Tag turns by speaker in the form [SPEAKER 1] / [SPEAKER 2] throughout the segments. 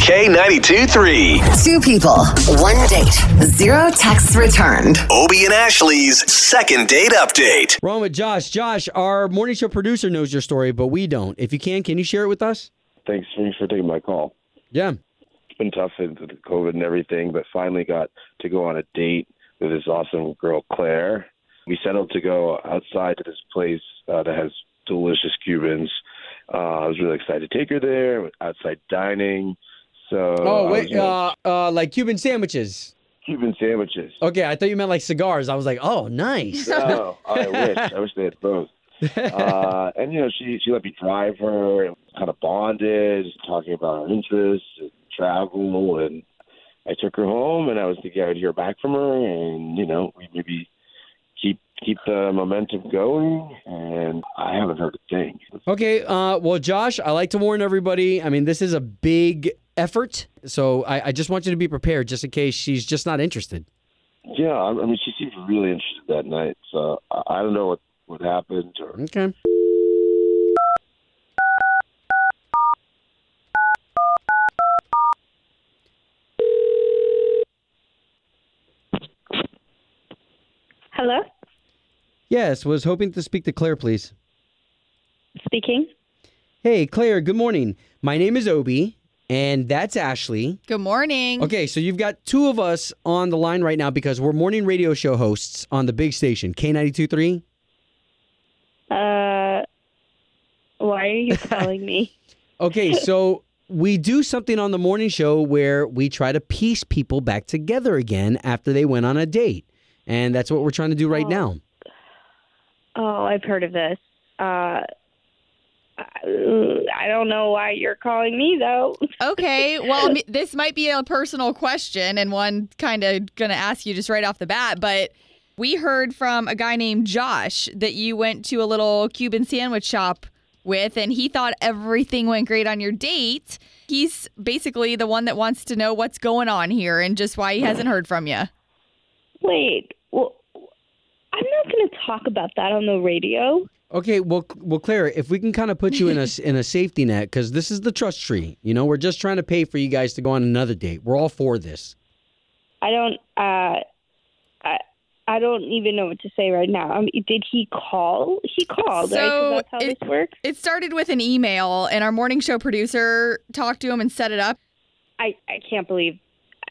[SPEAKER 1] K92 3.
[SPEAKER 2] Two people, one date, zero texts returned.
[SPEAKER 1] Obie and Ashley's second date update.
[SPEAKER 3] Wrong with Josh. Josh, our morning show producer knows your story, but we don't. If you can, can you share it with us?
[SPEAKER 4] Thanks, thanks for taking my call.
[SPEAKER 3] Yeah.
[SPEAKER 4] It's been tough with the COVID and everything, but finally got to go on a date with this awesome girl, Claire. We settled to go outside to this place uh, that has delicious Cubans. Uh, I was really excited to take her there, outside dining. So
[SPEAKER 3] Oh,
[SPEAKER 4] I
[SPEAKER 3] wait,
[SPEAKER 4] was-
[SPEAKER 3] uh, uh, like Cuban sandwiches.
[SPEAKER 4] Cuban sandwiches.
[SPEAKER 3] Okay, I thought you meant like cigars. I was like, oh, nice.
[SPEAKER 4] No, Oh, I wish. I wish they had both. Uh, and you know, she she let me drive her, and kind of bonded, talking about her interests, and travel, and I took her home, and I was thinking I would hear back from her, and you know, we maybe keep keep the momentum going, and I haven't heard a thing.
[SPEAKER 3] Okay, uh, well, Josh, I like to warn everybody. I mean, this is a big effort, so I, I just want you to be prepared just in case she's just not interested.
[SPEAKER 4] Yeah, I, I mean, she seemed really interested that night, so I, I don't know what what happened or
[SPEAKER 3] Okay.
[SPEAKER 5] Hello,
[SPEAKER 3] Yes, was hoping to speak to Claire, please.
[SPEAKER 5] speaking.
[SPEAKER 3] Hey, Claire, good morning. My name is Obi, and that's Ashley.
[SPEAKER 6] Good morning.
[SPEAKER 3] Okay, so you've got two of us on the line right now because we're morning radio show hosts on the big station, K92.3.
[SPEAKER 5] Uh, why are you calling me?
[SPEAKER 3] Okay, so we do something on the morning show where we try to piece people back together again after they went on a date. And that's what we're trying to do right now.
[SPEAKER 5] Oh, I've heard of this. Uh, I I don't know why you're calling me though.
[SPEAKER 6] Okay. Well, I mean, this might be a personal question and one kind of going to ask you just right off the bat, but we heard from a guy named Josh that you went to a little Cuban sandwich shop with and he thought everything went great on your date. He's basically the one that wants to know what's going on here and just why he hasn't heard from you.
[SPEAKER 5] Wait, well, I'm not going to talk about that on the radio.
[SPEAKER 3] Okay, well, well, Claire, if we can kind of put you in a in a safety net, because this is the trust tree. You know, we're just trying to pay for you guys to go on another date. We're all for this.
[SPEAKER 5] I don't. Uh, I I don't even know what to say right now. I mean, did he call? He called. right? 'Cause
[SPEAKER 6] So
[SPEAKER 5] that's how
[SPEAKER 6] it-
[SPEAKER 5] this works.
[SPEAKER 6] It started with an email and our morning show producer talked to him and set it up.
[SPEAKER 5] I, I can't believe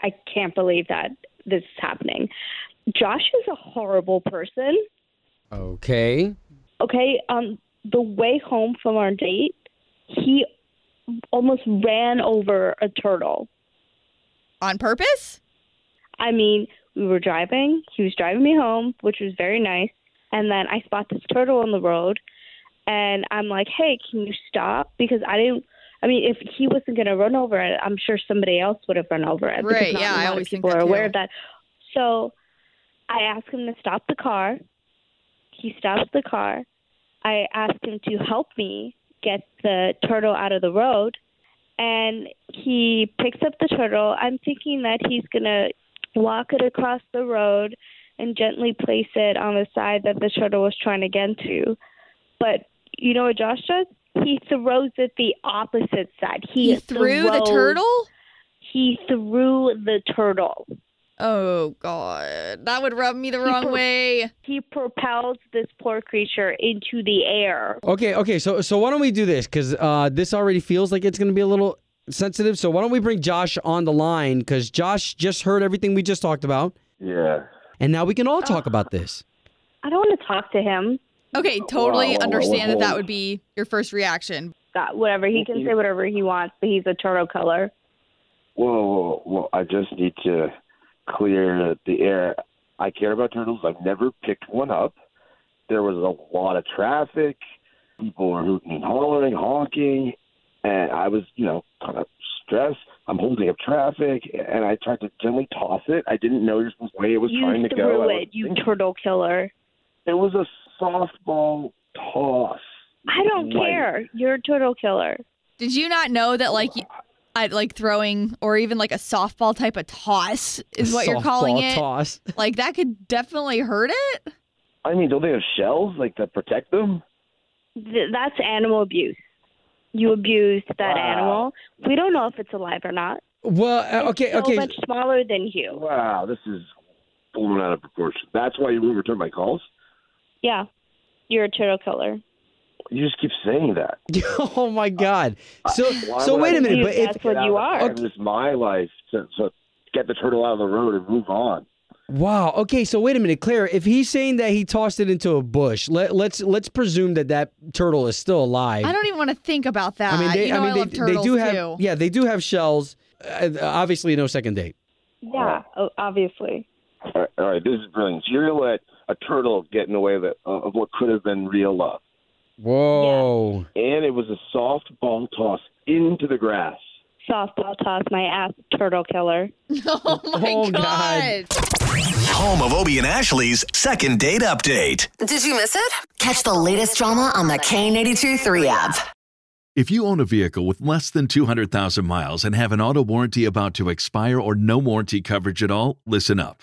[SPEAKER 5] I can't believe that this is happening. Josh is a horrible person.
[SPEAKER 3] Okay.
[SPEAKER 5] Okay, on the way home from our date, he almost ran over a turtle.
[SPEAKER 6] On purpose?
[SPEAKER 5] I mean, we were driving, he was driving me home, which was very nice, and then I spot this turtle on the road and I'm like, "Hey, can you stop?" because I didn't I mean, if he wasn't going to run over it, I'm sure somebody else would have run over it. because
[SPEAKER 6] Right,
[SPEAKER 5] not a
[SPEAKER 6] yeah, I
[SPEAKER 5] lot of
[SPEAKER 6] always think
[SPEAKER 5] people
[SPEAKER 6] that
[SPEAKER 5] are aware
[SPEAKER 6] too.
[SPEAKER 5] of that. So I ask him to stop the car. He stops the car. I ask him to help me get the turtle out of the road, and he picks up the turtle. I'm thinking that he's gonna walk it across the road and gently place it on the side that the turtle was trying to get to. But you know what Josh does? He throws it the opposite side. He,
[SPEAKER 6] He threw the
[SPEAKER 5] throws-
[SPEAKER 6] turtle?
[SPEAKER 5] He threw the turtle.
[SPEAKER 6] Oh God, that would rub me the wrong
[SPEAKER 5] People-
[SPEAKER 6] way.
[SPEAKER 5] He propels this poor creature into the air.
[SPEAKER 3] Okay. Okay. So so why don't we do this? Because uh, this already feels like it's going to be a little sensitive. So why don't we bring Josh on the line? Because Josh just heard everything we just talked about,
[SPEAKER 4] yeah.
[SPEAKER 3] and now we can all
[SPEAKER 6] Ah,
[SPEAKER 3] talk about this.
[SPEAKER 5] I don't want to talk to him.
[SPEAKER 6] Okay, totally
[SPEAKER 4] wow, wow,
[SPEAKER 6] understand that
[SPEAKER 4] wow.
[SPEAKER 6] that would be your first reaction.
[SPEAKER 5] God, whatever. He can say whatever he wants, but he's a turtle color.
[SPEAKER 4] Whoa, whoa, whoa. I just need to clear the air. I care about turtles. I've never picked one up. There was a lot of traffic. People were hooting and hollering, honking. And I was, you know, kind of stressed. I'm holding up traffic, and I tried to gently toss it. I didn't notice the way it was
[SPEAKER 5] you
[SPEAKER 4] trying to
[SPEAKER 5] threw
[SPEAKER 4] go. I
[SPEAKER 5] it,
[SPEAKER 4] wasn't
[SPEAKER 5] you
[SPEAKER 4] thinking.
[SPEAKER 5] turtle killer.
[SPEAKER 4] it was a softball toss.
[SPEAKER 5] I don't
[SPEAKER 4] Like,
[SPEAKER 5] care. You're a turtle killer.
[SPEAKER 6] Did you not know that like you- I like throwing or even like a softball type of toss is what you're calling
[SPEAKER 3] Softball
[SPEAKER 6] it?
[SPEAKER 3] Toss.
[SPEAKER 6] Like that could definitely hurt it.
[SPEAKER 4] I mean, don't they have shells like that protect them?
[SPEAKER 5] Th- that's animal abuse. You abused that
[SPEAKER 4] Wow.
[SPEAKER 5] animal. We don't know if it's alive or not.
[SPEAKER 3] Well, uh, okay,
[SPEAKER 5] So
[SPEAKER 3] okay.
[SPEAKER 5] much smaller than you.
[SPEAKER 4] Wow, this is blown out of proportion. That's why you won't return my calls.
[SPEAKER 5] Yeah, you're a turtle killer.
[SPEAKER 4] You just keep saying that.
[SPEAKER 3] oh my God.
[SPEAKER 6] Uh,
[SPEAKER 3] So,
[SPEAKER 4] Why
[SPEAKER 3] so
[SPEAKER 4] would
[SPEAKER 3] wait
[SPEAKER 4] I
[SPEAKER 3] a minute.
[SPEAKER 5] do
[SPEAKER 3] But if
[SPEAKER 5] that? That's what
[SPEAKER 4] Get out
[SPEAKER 5] you
[SPEAKER 4] of
[SPEAKER 5] are.
[SPEAKER 4] the car. It was my life to, to get the turtle out of the road and move on.
[SPEAKER 3] wow, okay. So wait a minute, Claire. If he's saying that he tossed it into a bush, let, let's let's presume that that turtle is still alive.
[SPEAKER 6] I don't even want to think about that.
[SPEAKER 3] I mean, they,
[SPEAKER 6] you
[SPEAKER 3] I
[SPEAKER 6] know I,
[SPEAKER 3] mean, they,
[SPEAKER 6] love
[SPEAKER 3] they
[SPEAKER 6] turtles
[SPEAKER 3] do have.
[SPEAKER 6] too.
[SPEAKER 3] Yeah, they do have shells. Uh, obviously, no second date.
[SPEAKER 5] Yeah, o- obviously.
[SPEAKER 4] All right, all right, this is brilliant. So you're gonna let a turtle get in the way of, it, uh, of what could have been real love,
[SPEAKER 3] Whoa.
[SPEAKER 4] and it was a soft ball toss into the grass.
[SPEAKER 5] Softball toss my ass, turtle killer.
[SPEAKER 6] Oh my
[SPEAKER 3] Oh, God.
[SPEAKER 6] god.
[SPEAKER 1] Home of Obie and Ashley's second date update.
[SPEAKER 2] Did you miss it? Catch the latest drama on the K82 3 app.
[SPEAKER 7] If you own a vehicle with less than 200,000 miles and have an auto warranty about to expire or no warranty coverage at all, listen up.